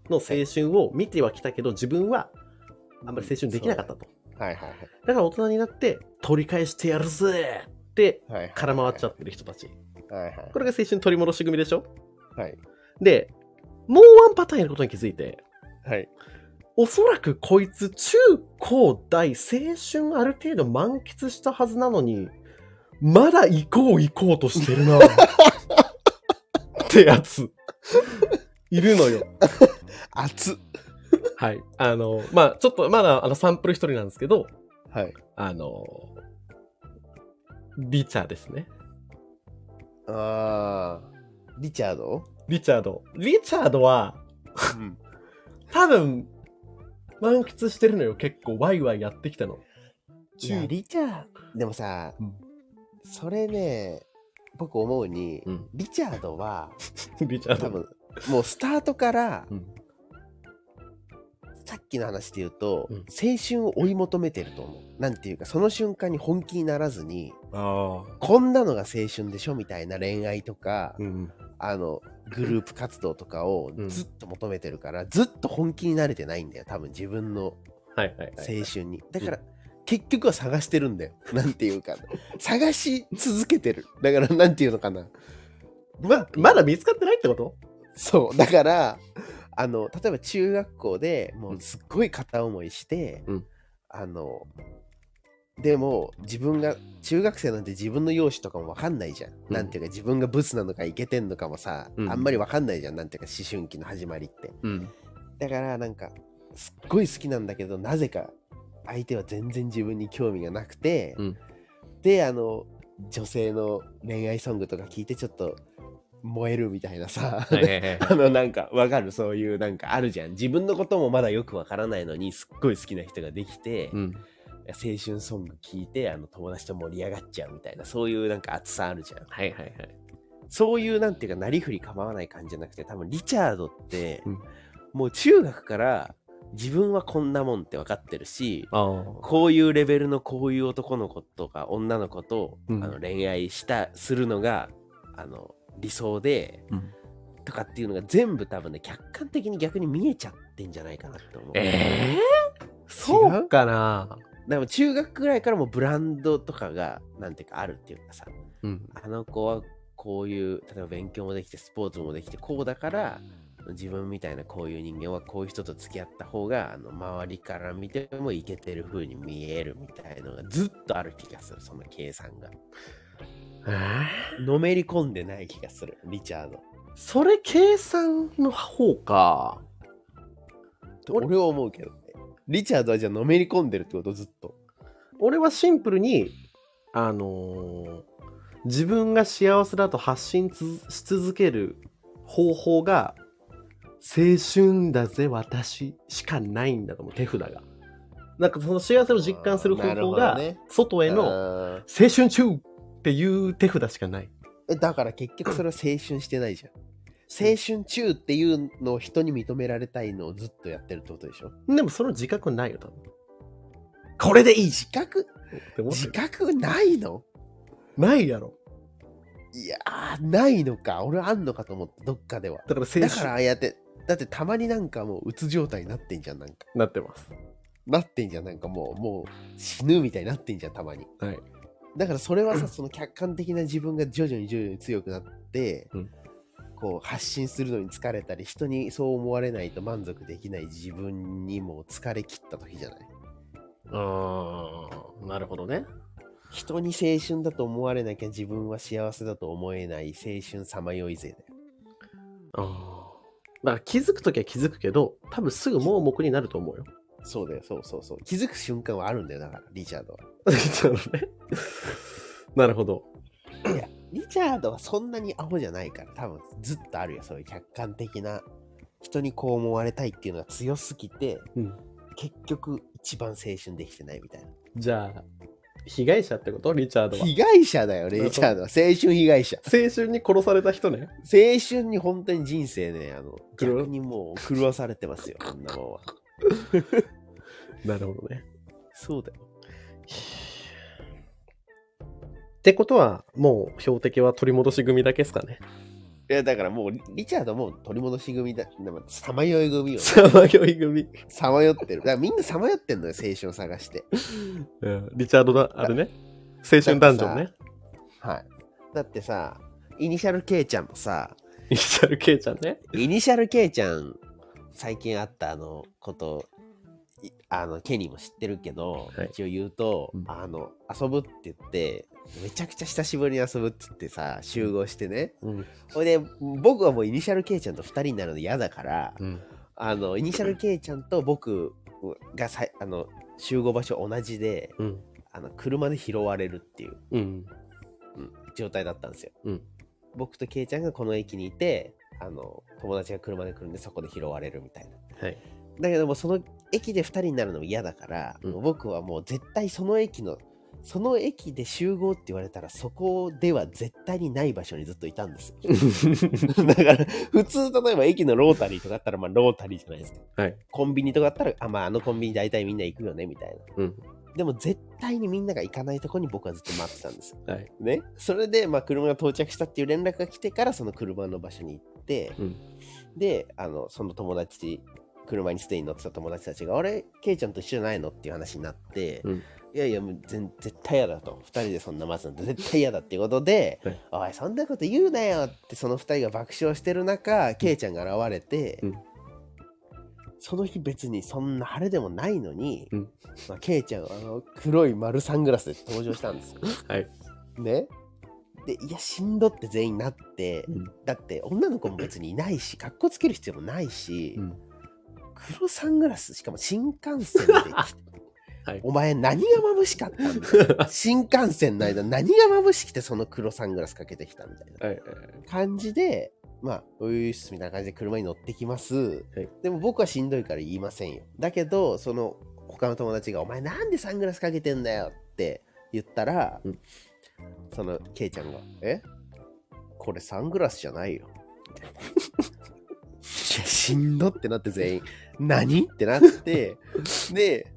Speaker 1: の青春を見てはきたけど自分はあんまり青春できなかったと、
Speaker 2: はいはい
Speaker 1: だから大人になって取り返してやるぜって
Speaker 2: はいはい
Speaker 1: 空回っちゃ
Speaker 2: っ
Speaker 1: ってる人たち
Speaker 2: たはいはい
Speaker 1: これが青春取り戻し組でしょ
Speaker 2: はい
Speaker 1: でもうワンパターンいることに気づいて
Speaker 2: はい
Speaker 1: おそらくこいつ中高大青春ある程度満喫したはずなのにまだ行こう行こうとして るなってやついるのよ
Speaker 2: 熱っ
Speaker 1: はいあのまあちょっとまだあのサンプル一人なんですけど
Speaker 2: はい
Speaker 1: あのリチャーですね
Speaker 2: あーリチャード
Speaker 1: リチャードリチャードは
Speaker 2: うん
Speaker 1: 多分満喫してるのよ結構ワイワイやってきたの
Speaker 2: いやリチャーでもさ、
Speaker 1: うん
Speaker 2: それね僕思うに、
Speaker 1: うん
Speaker 2: リチャー ドは
Speaker 1: リチャード
Speaker 2: 多分もうスタートから、
Speaker 1: うん
Speaker 2: さっきの話で言うと、
Speaker 1: うん
Speaker 2: 青春を追い求めてると思うなんていうかその瞬間に本気にならずに
Speaker 1: ああ
Speaker 2: こんなのが青春でしょみたいな恋愛とか、
Speaker 1: うん
Speaker 2: あのグループ活動とかを
Speaker 1: うん
Speaker 2: ずっと求めてるから、ずっと本気になれてないんだよ多分自分の
Speaker 1: はいはいはい
Speaker 2: 青春にだから、結局は探してるんだよ なんていうか探し続けてるだからなんていうのかな
Speaker 1: ま、まだ見つかってないってこと
Speaker 2: そうだからあの例えば中学校でもうすっごい片思いして、
Speaker 1: うん
Speaker 2: あのでも自分が中学生なんて自分の容姿とかも分かんないじゃん、
Speaker 1: ん
Speaker 2: なんていうか自分がブスなのかイケてんのかもさ、
Speaker 1: うん
Speaker 2: あんまり分かんないじゃんなんていうか思春期の始まりって
Speaker 1: うん。
Speaker 2: だからなんかすっごい好きなんだけどなぜか相手は全然自分に興味がなくて、
Speaker 1: うん
Speaker 2: であの女性の恋愛ソングとか聞いてちょっと燃えるみたいなさ、
Speaker 1: はいはいはい。
Speaker 2: あのなんかわかるそういうなんかあるじゃん自分のこともまだよくわからないのにすっごい好きな人ができて、
Speaker 1: うん。
Speaker 2: 青春ソング聞いてあの友達と盛り上がっちゃうみたいなそういうなんか熱さあるじゃん
Speaker 1: はいはいはい。
Speaker 2: そういうなんていうかなりふり構わない感じじゃなくて多分リチャードって、
Speaker 1: うん
Speaker 2: もう中学から自分はこんなもんって分かってるし
Speaker 1: ああ。
Speaker 2: こういうレベルのこういう男の子とか女の子と、
Speaker 1: うん
Speaker 2: あの恋愛したするのがあの理想で、
Speaker 1: うん
Speaker 2: とかっていうのが全部多分ね、客観的に逆に見えちゃってんじゃないかなって思う。
Speaker 1: えー、そうかな
Speaker 2: でも中学ぐらいからもうブランドとかが、なんていうかあるっていうかさ、
Speaker 1: うん。
Speaker 2: あの子はこういう、例えば勉強もできて、スポーツもできて、こうだから、自分みたいなこういう人間はこういう人と付き合った方が、あの周りから見てもイケてる風に見えるみたいのがずっとある気がする、その計算が。
Speaker 1: えー、
Speaker 2: のめり込んでない気がする、リチャード。
Speaker 1: それ計算の方か。
Speaker 2: と俺は思うけどね。リチャードはじゃあのめり込んでるってことずっと。
Speaker 1: 俺はシンプルに、あのー自分が幸せだと発信つし続ける方法が、青春だぜ私しかないんだと思う、手札が。なんかその幸せを実感する方法
Speaker 2: あーな
Speaker 1: が
Speaker 2: るほどね、
Speaker 1: 外への
Speaker 2: あー
Speaker 1: 青春中っていう手札しかない。
Speaker 2: えだから結局それは青春してないじゃん。青春中っていうのを人に認められたいのをずっとやってるってことでしょ
Speaker 1: でもその自覚ないよ、多分。これでいいし
Speaker 2: 自覚
Speaker 1: って思って
Speaker 2: 自
Speaker 1: る
Speaker 2: 覚ないの
Speaker 1: ないやろ。
Speaker 2: いやー、ないのか。俺あんのかと思った、どっかでは。
Speaker 1: だから青
Speaker 2: だからあ
Speaker 1: 春
Speaker 2: あやって、だってたまになんかもううつ状態になってんじゃん、なんか。
Speaker 1: なってます。
Speaker 2: なってんじゃん、なんかもう、もう死ぬみたいになってんじゃん、たまに。
Speaker 1: はい。
Speaker 2: だからそれはさ、その客観的な自分が徐々に徐々に強くなって、
Speaker 1: うん
Speaker 2: こう発信するのに疲れたり、人にそう思われないと満足できない自分にも疲れ切った時じゃない
Speaker 1: ああ、なるほどね。
Speaker 2: 人に青春だと思われなきゃ自分は幸せだと思えない青春さまよいぜだよ。
Speaker 1: ああ。だから気づくときは気づくけど、多分すぐ盲目になると思うよ。
Speaker 2: そうだよ、そうそうそう。気づく瞬間はあるんだよ、だから、リチャードは。
Speaker 1: なるほどね。なるほど。
Speaker 2: リチャードはそんなにアホじゃないから、多分ずっとあるよ、そういう客観的な、人にこう思われたいっていうのが強すぎて、
Speaker 1: うん
Speaker 2: 結局一番青春できてないみたいな。
Speaker 1: じゃあ、被害者ってことリチャードは。
Speaker 2: 被害者だよ、リチャードは。青春被害者。
Speaker 1: 青春に殺された人ね。
Speaker 2: 青春に本当に人生ね、あの、
Speaker 1: 狂わ
Speaker 2: 逆にもう狂わされてますよ、こんなもんは。
Speaker 1: なるほどね。
Speaker 2: そうだよ。
Speaker 1: ってことは、もう標的は取り戻し組だけですかね。
Speaker 2: いや、だからもう、リチャードも取り戻し組だ、さまよい組よ。
Speaker 1: さまよい組。
Speaker 2: さまよってる。だからみんなさまよってんのよ、青春を探して。
Speaker 1: うん、リチャードだ、あれね。青春ダンジョンね。
Speaker 2: はい。だってさ、イニシャル K ちゃんもさ、
Speaker 1: リチャード K ちゃんね。
Speaker 2: イニシャル K ちゃん、最近あったあのこと、いあの、ケニーも知ってるけど、
Speaker 1: はい
Speaker 2: 一応言うと、
Speaker 1: うん
Speaker 2: あの、遊ぶって言って、めちゃくちゃ久しぶりに遊ぶって言ってさ、集合してね。
Speaker 1: うん。
Speaker 2: ほいで、僕はもうイニシャル K ちゃんと2人になるの嫌だから、
Speaker 1: うん。
Speaker 2: あの、イニシャル K ちゃんと僕がさいあの集合場所同じで、
Speaker 1: うん。
Speaker 2: あの車で拾われるっていう。
Speaker 1: うん。
Speaker 2: 状態だったんですよ、
Speaker 1: うん
Speaker 2: 僕とケイちゃんがこの駅にいてあの友達が車で来るんでそこで拾われるみたいな
Speaker 1: はい。
Speaker 2: だけどもうその駅で2人になるのも嫌だから、
Speaker 1: うん
Speaker 2: 僕はもう絶対その駅のその駅で集合って言われたらそこでは絶対にない場所にずっといたんです よだから普通例えば駅のロータリーとかだったらまあロータリーじゃないですか
Speaker 1: はい。
Speaker 2: コンビニとかだったらあまああのコンビニ大体みんな行くよねみたいな
Speaker 1: うん。
Speaker 2: でも絶対にみんなが行かないとこに僕はずっと待ってたんですよ
Speaker 1: はい。
Speaker 2: ね、それで、まあ、車が到着したっていう連絡が来てからその車の場所に行って、
Speaker 1: うん
Speaker 2: であのその友達車にすでに乗ってた友達たちが「あれケイちゃんと一緒じゃないの?」っていう話になって「
Speaker 1: うん
Speaker 2: いやいやもう全絶対嫌だ」と「2人でそんな待つなんて絶対嫌だ」っていうことで
Speaker 1: はい
Speaker 2: 「おいそんなこと言うなよ」ってその2人が爆笑してる中ケイちゃんが現れて、
Speaker 1: うん
Speaker 2: その日別にそんな晴れでもないのに、
Speaker 1: うん
Speaker 2: まあ、ケイちゃんはあの黒い丸サングラスで登場したんですよ。
Speaker 1: はい。
Speaker 2: ねでいやしんどって全員なって、
Speaker 1: うん
Speaker 2: だって女の子も別にいないし格好つける必要もないし、
Speaker 1: うん
Speaker 2: 黒サングラスしかも新幹線で来て、
Speaker 1: はい
Speaker 2: お前何が眩しかったん だよ新幹線の間何が眩しくてその黒サングラスかけてきたみたいな
Speaker 1: はい。
Speaker 2: 感じでまあういうっすみたいな感じで車に乗ってきます、
Speaker 1: はい
Speaker 2: でも僕はしんどいから言いませんよだけどその他の友達が「お前なんでサングラスかけてんだよ」って言ったら、
Speaker 1: うん
Speaker 2: そのケイちゃんが「えこれサングラスじゃないよ」みたいないやしんどってなって全員「何?」ってなってで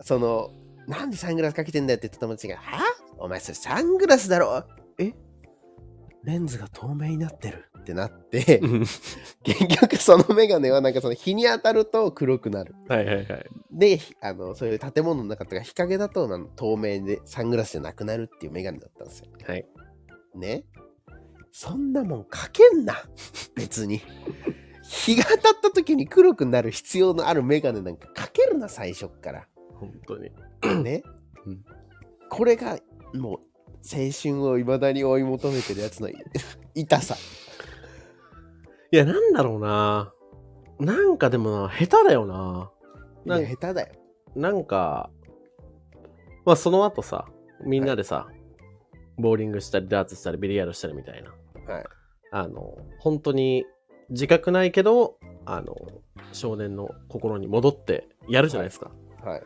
Speaker 2: その「なんでサングラスかけてんだよ」って言った友達が「はお前それサングラスだろえレンズが透明になってるってなって、
Speaker 1: うん
Speaker 2: 結局そのメガネはなんかその日に当たると黒くなる。
Speaker 1: はいはいはい。
Speaker 2: で、ひあのそういう建物の中とか日陰だとなん透明でサングラスじゃなくなるっていうメガネだったんですよ。
Speaker 1: はい。
Speaker 2: ね。そんなもんかけんな。 別に。日が当たった時に黒くなる必要のあるメガネなんかかけるな、最初っから。
Speaker 1: 本当に。
Speaker 2: ね
Speaker 1: うん。
Speaker 2: これがもう青春を未だに追い 求めてるやつの痛さ。
Speaker 1: いや、なんだろうな。なんかでもな、下手だよな。
Speaker 2: い
Speaker 1: な
Speaker 2: や
Speaker 1: ん
Speaker 2: 下手だよ。
Speaker 1: なんか、まあその後さ、みんなでさ、ボーリングしたり、ダーツしたり、ビリヤードしたりみたいな。
Speaker 2: はい。
Speaker 1: あの、本当に自覚ないけど、あの、少年の心に戻ってやるじゃないですか。
Speaker 2: はい、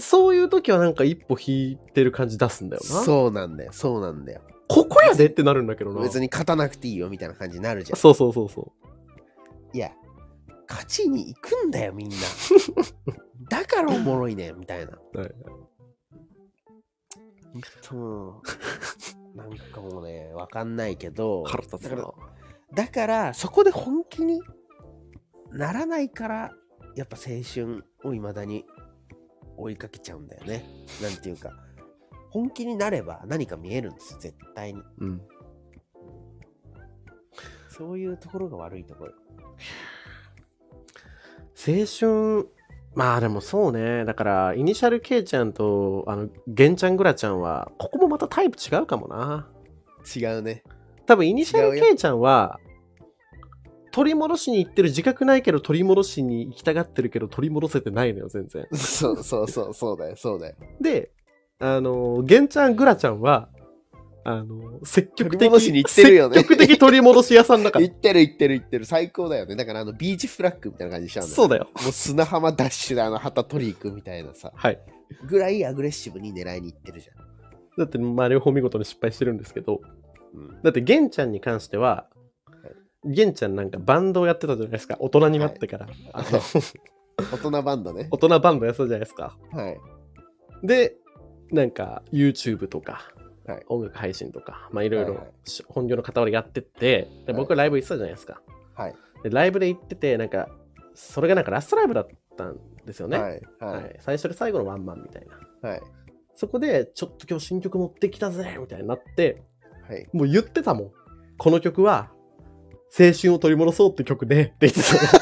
Speaker 1: そういう時はなんか一歩引いてる感じ出すんだよな。
Speaker 2: そうなんだよ。そうなんだよ。
Speaker 1: ここやでってなるんだけどな。
Speaker 2: 別に勝たなくていいよみたいな感じになるじゃん。
Speaker 1: そうそうそうそ
Speaker 2: いや、勝ちに行くんだよ、み んな。だからおもろいね、みたいな。
Speaker 1: う。はい、
Speaker 2: ほんともうなんかもうね、わかんないけど、
Speaker 1: 腹立つ
Speaker 2: だか
Speaker 1: な
Speaker 2: ら。だからそこで本気にならないから、やっぱ青春を未だに追いかけちゃうんだよね。なんていうか、本気になれば何か見えるんですよ、絶対に。
Speaker 1: うん。
Speaker 2: そういうところが悪いところ。
Speaker 1: 青春、まあでもそうね。だから、イニシャル K ちゃんと、あの、ゲンちゃんグラちゃんは、ここもまたタイプ違うかもな。
Speaker 2: 違うね。
Speaker 1: 多分イニシャル
Speaker 2: 違うよ
Speaker 1: K ちゃんは取り戻しに行ってる自覚ないけど取り戻しに行きたがってるけど取り戻せてないのよ全然
Speaker 2: そうそうそう、そうだよ、そうだよ。
Speaker 1: であのゲンちゃんグラちゃんはあの積極的
Speaker 2: 取り戻しに行ってるよね
Speaker 1: 積極的取り戻し屋さんだか
Speaker 2: 言
Speaker 1: ら
Speaker 2: ってる言ってる言ってる、最高だよね。だからあのビーチフラッグみたいな感じにしちゃうんだよ。
Speaker 1: そうだよ
Speaker 2: もう砂浜ダッシュであの旗取り行くみたいなさ、
Speaker 1: はい
Speaker 2: ぐらいアグレッシブに狙いに行ってるじゃん。
Speaker 1: だってまあ両方見事に失敗してるんですけど
Speaker 2: うん、
Speaker 1: だってゲンちゃんに関してはゲンちゃんなんかバンドをやってたじゃないですか大人になってから、あ の
Speaker 2: 大人バンドね。
Speaker 1: 大人バンドやってたじゃないですか
Speaker 2: はい。
Speaker 1: で、なんか YouTube とか、
Speaker 2: はい
Speaker 1: 音楽配信とか、まあいろい
Speaker 2: はいは
Speaker 1: ろ
Speaker 2: い
Speaker 1: し本業の傍らやってって、で
Speaker 2: はい
Speaker 1: 僕はライブ行ってたじゃないですか。
Speaker 2: はい。
Speaker 1: でライブで行ってて、なんか、それがなんかラストライブだったんですよね。
Speaker 2: はい。は。
Speaker 1: はいい最初で最後のワンマンみたいな。
Speaker 2: はい。
Speaker 1: そこで、ちょっと今日新曲持ってきたぜみたいになって、
Speaker 2: はい。
Speaker 1: もう言ってたもん。この曲は、青春を取り戻そうって曲で、って言ってた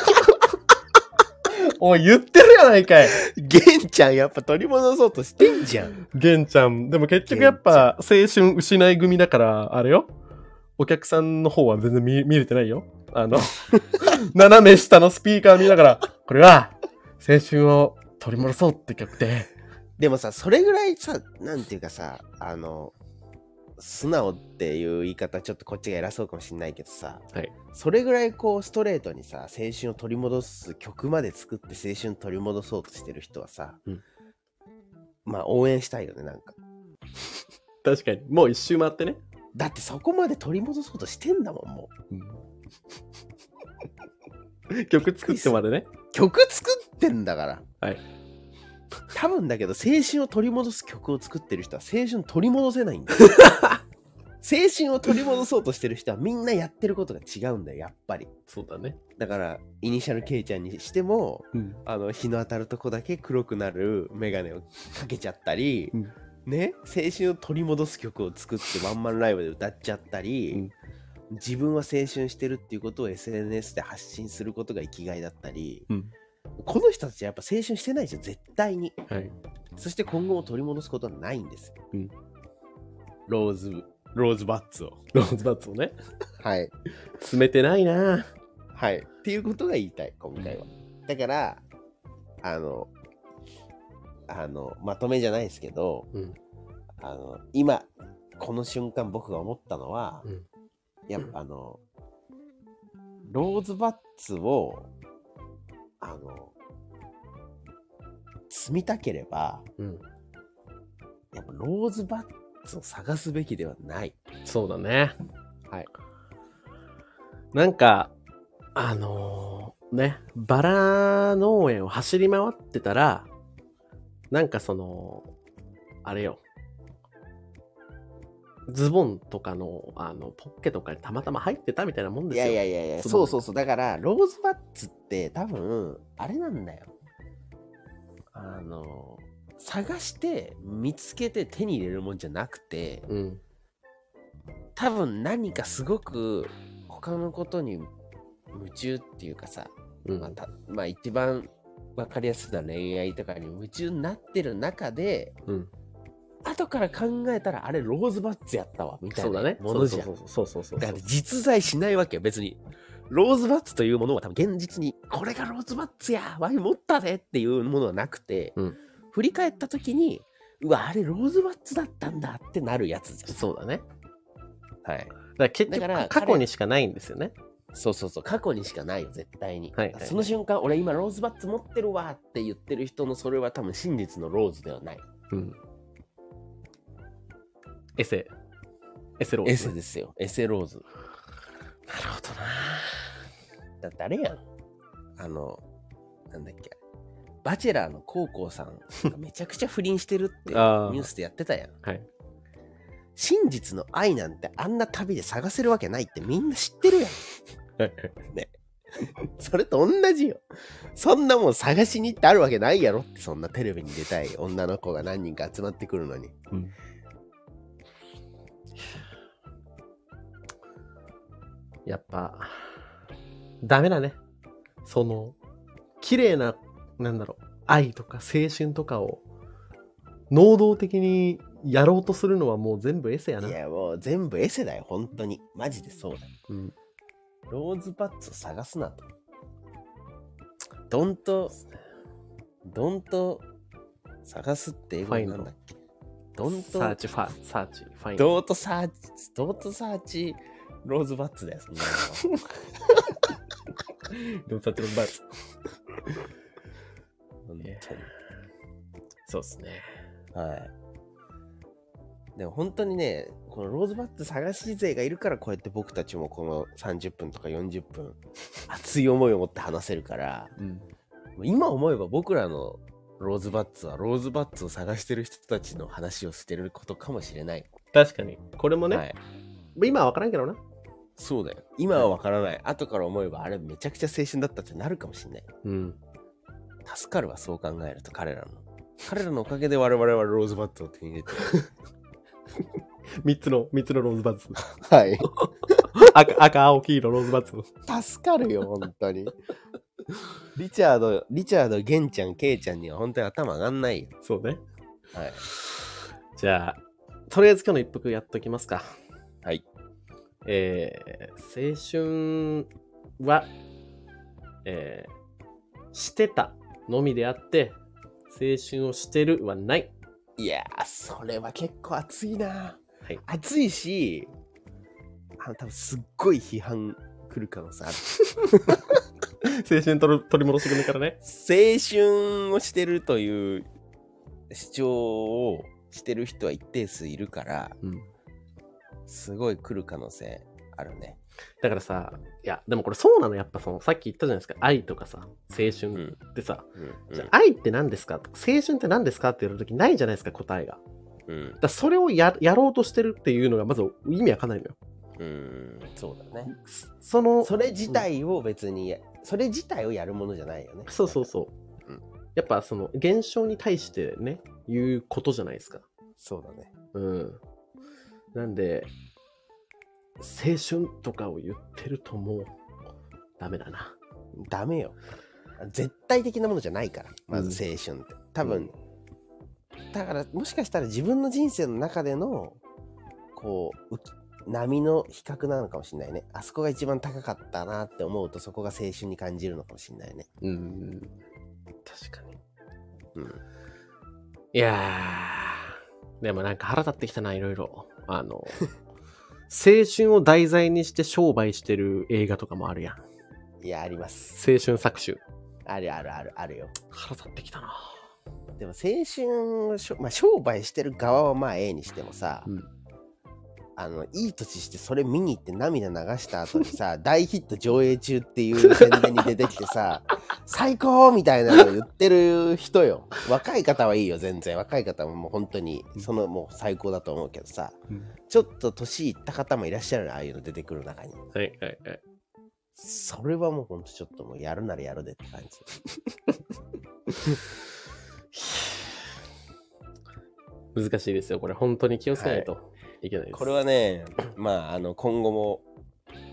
Speaker 1: もん。 おい、言ってるやないかい。
Speaker 2: ゲンちゃんやっぱ取り戻そうとしてんじゃん。
Speaker 1: ゲンちゃん、でも結局やっぱ青春失い組だから、あれよ。お客さんの方は全然見見れてないよ。あの、 斜め下のスピーカー見ながら、これは青春を取り戻そうって曲で。
Speaker 2: でもさ、それぐらいさ、なんていうかさ、あの、素直っていう言い方、ちょっとこっちが偉そうかもしんないけどさ、
Speaker 1: はい
Speaker 2: それぐらいこうストレートにさ、青春を取り戻す曲まで作って青春取り戻そうとしてる人はさ、
Speaker 1: うん
Speaker 2: まあ応援したいよね、なんか。
Speaker 1: 確かに、もう一周回ってね。
Speaker 2: だってそこまで取り戻そうとしてんだもん、もう。
Speaker 1: 曲作ってまでね。
Speaker 2: 曲作ってんだから。
Speaker 1: はい。
Speaker 2: 多分だけど、青春を取り戻す曲を作ってる人は青春を取り戻せない んだよ。青春を取り戻そうとしてる人はみんなやってることが違うんだよ、やっぱり。
Speaker 1: そうだね。
Speaker 2: だから、イニシャル K ちゃんにしても、
Speaker 1: うん。
Speaker 2: あの日の当たるとこだけ黒くなる眼鏡をかけちゃったり、
Speaker 1: うん
Speaker 2: ね青春を取り戻す曲を作ってワンマンライブで歌っちゃったり、自分は青春してるっていうことを SNS で発信することが生きがいだったり
Speaker 1: うん。
Speaker 2: この人たちはやっぱ青春してないじゃん絶対に
Speaker 1: はい。
Speaker 2: そして今後も取り戻すことはないんですよ、
Speaker 1: うん
Speaker 2: ローズローズバッツを
Speaker 1: ローズバッツをね。
Speaker 2: はい
Speaker 1: 詰めてないな
Speaker 2: はい。っていうことが言いたい、今回は。だから、あの、あの、まとめじゃないですけど、
Speaker 1: うん
Speaker 2: あの、今、この瞬間僕が思ったのは、
Speaker 1: うん
Speaker 2: やっぱあの、ローズバッツを、あの、積みたければ、
Speaker 1: うん。
Speaker 2: やっぱローズバッツを探すべきではない。
Speaker 1: そうだね。
Speaker 2: はい。
Speaker 1: なんか、あのーね、バラ農園を走り回ってたら、なんかその、あれよ。ズボンとかのあのポッケとかにたまたま入ってたみたいなもんで
Speaker 2: い
Speaker 1: すよ。
Speaker 2: やいやいやいや、
Speaker 1: その
Speaker 2: そうそうそう。だから、ローズバッツって多分、あれなんだよ。あの、探して、見つけて手に入れるもんじゃなくて、
Speaker 1: うん。
Speaker 2: 多分何かすごく他のことに夢中っていうかさ、
Speaker 1: うん。
Speaker 2: まあたまあ一番分かりやすいのは恋愛とかに夢中になってる中で、
Speaker 1: うん
Speaker 2: 後から考えたらあれローズバッツやったわみた
Speaker 1: そ
Speaker 2: いう
Speaker 1: だ
Speaker 2: な
Speaker 1: ね。
Speaker 2: ものじゃん。
Speaker 1: そうそうそうそうそう
Speaker 2: だ
Speaker 1: そ
Speaker 2: か
Speaker 1: う
Speaker 2: ら。実在しないわけよ別にローズバッツというものは多分現実にこれがローズバッツやわい持ったでっていうものはなくて、
Speaker 1: うん
Speaker 2: 振り返った時にうわあれローズバッツだったんだってなるやつじゃ
Speaker 1: そうだね。
Speaker 2: ん、は
Speaker 1: だ
Speaker 2: い、
Speaker 1: から結
Speaker 2: だから
Speaker 1: 局過去にしかないんですよね。
Speaker 2: そうそうそう過去にしかないよ絶対に、
Speaker 1: はいはい
Speaker 2: その瞬間俺今ローズバッツ持ってるわって言ってる人のそれは多分真実のローズではない
Speaker 1: うん。エセ。エセロー
Speaker 2: エ
Speaker 1: ズ
Speaker 2: セ
Speaker 1: ね
Speaker 2: ですよエセローズ
Speaker 1: なるほどな。
Speaker 2: だってあれやんあのなんだっけバチェラーのコウコウさん がめちゃくちゃ不倫してるってニ
Speaker 1: あ
Speaker 2: ュ
Speaker 1: ー
Speaker 2: ースでやってたやん
Speaker 1: はい。
Speaker 2: 真実の愛なんてあんな旅で探せるわけないってみんな知ってるやん それと同じよそんなもん探しに行ってあるわけないやろってそんなテレビに出たい女の子が何人か集まってくるのに
Speaker 1: うんやっぱ、ダメだね。その、綺麗な、なんだろう、愛とか青春とかを、能動的にやろうとするのはもう全部エセやな。
Speaker 2: いやもう全部エセだよ本当にマジでそうだよ
Speaker 1: うん。
Speaker 2: ローズバッツを探すなとドンとドンと探すって英語でなんだっけドン
Speaker 1: サ
Speaker 2: と
Speaker 1: ーチファー、サーチ、ファイン。
Speaker 2: ドートサーチ、ドートサーチ、ローズバッツだよ、そんなの
Speaker 1: ドンサーチバ
Speaker 2: 本当に。
Speaker 1: そうですね。
Speaker 2: はい。でも本当にね、このローズバッツ探し勢がいるから、こうやって僕たちもこの30分とか40分、熱い思いを持って話せるから、
Speaker 1: うん。
Speaker 2: もう今思えば僕らのローズバッツは、ローズバッツを探してる人たちの話をしてることかもしれない。
Speaker 1: 確かに。これもね、
Speaker 2: はい。
Speaker 1: 今は分からんけどな。
Speaker 2: そうだよ。今はわからない。後から思えば、あれめちゃくちゃ青春だったってなるかもしれない。
Speaker 1: うん。
Speaker 2: 助かるわそう考えると彼らの彼らのおかげで我々はローズバットを手に入れて
Speaker 1: 3つの、三つのローズバッツ。
Speaker 2: はい
Speaker 1: 赤、赤、青、黄色、ローズバッツ。
Speaker 2: 助かるよ本当にリチャードリチャードゲンちゃんケイちゃんには本当に頭上がんないよ
Speaker 1: そうね。
Speaker 2: はい
Speaker 1: じゃあ、とりあえず今日の一服やっときますか。
Speaker 2: はい。
Speaker 1: えー、青春は、えー、してたのみであって、青春をしてるはない。
Speaker 2: いやーそれは結構熱いな、
Speaker 1: はい
Speaker 2: 熱いしあの多分すっごい批判来る可能性ある
Speaker 1: 青春取る取り戻してくるからね。
Speaker 2: 青春をしてるという主張をしてる人は一定数いるから
Speaker 1: うん。
Speaker 2: すごい来る可能性あるね
Speaker 1: だからさ、いや、でもこれそうなの、やっぱその、さっき言ったじゃないですか、愛とかさ、青春ってさ、
Speaker 2: うん
Speaker 1: じゃあ愛って何ですか青春って何ですかって言われるときないじゃないですか、答えが。
Speaker 2: うん
Speaker 1: だからそれをややろうとしてるっていうのがまず意味わかんないのよ。
Speaker 2: うんそうだね
Speaker 1: そその
Speaker 2: それ自体を別にやそれ自体をやるものじゃないよね
Speaker 1: そうそうそう、
Speaker 2: うん
Speaker 1: やっぱその現象に対してね言うことじゃないですか
Speaker 2: そうだね
Speaker 1: うんなんで青春とかを言ってるともうダメだな
Speaker 2: ダメよ絶対的なものじゃないからまず青春って、多分、だからもしかしたら自分の人生の中でのこう浮き波の比較なのかもしれないねあそこが一番高かったなって思うとそこが青春に感じるのかもしれないね
Speaker 1: うん確かに
Speaker 2: うん
Speaker 1: いやーでもなんか腹立ってきたないろいろあの 青春を題材にして商売してる映画とかもあるやん
Speaker 2: いやあります
Speaker 1: 青春搾取
Speaker 2: あるあるあるあるよ
Speaker 1: 腹立ってきたな
Speaker 2: でも青春をしょ、まあ、商売してる側はまあええにしてもさ、
Speaker 1: うん
Speaker 2: あのいい年してそれ見に行って涙流した後にさ 大ヒット上映中っていう宣伝に出てきてさ 最高みたいなの言ってる人よ若い方はいいよ全然若い方ももう本当にそのもう最高だと思うけどさ
Speaker 1: うん
Speaker 2: ちょっと年いった方もいらっしゃるのああいうの出てくる中に
Speaker 1: はいはいはい。
Speaker 2: それはもうほんとちょっともうやるならやるでって感じ
Speaker 1: 難しいですよ、これ。本当に気をつけないといけないです。
Speaker 2: これはね まああの今後も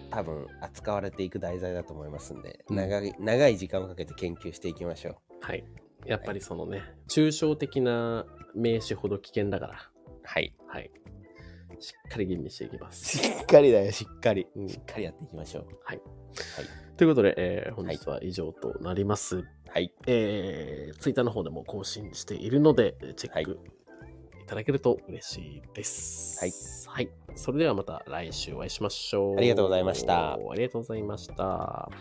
Speaker 2: 多分扱われていく題材だと思いますんで、
Speaker 1: うん
Speaker 2: 長い長い時間をかけて研究していきましょ
Speaker 1: はい。やっぱりそのね、抽象的な名詞ほど危険だから、
Speaker 2: うはい
Speaker 1: はい。しっかり吟味していきます。
Speaker 2: しっかりだよしっかり、
Speaker 1: うん
Speaker 2: しっかりやっていきましょう
Speaker 1: ということで、えー本日は以上となります。
Speaker 2: はい
Speaker 1: えー、ツイッターの方でも更新しているので、チェックいただけると嬉しいです。はい。はい。それではまた来週お会いしましょう。
Speaker 2: ありがとうございました
Speaker 1: ありがとうございました。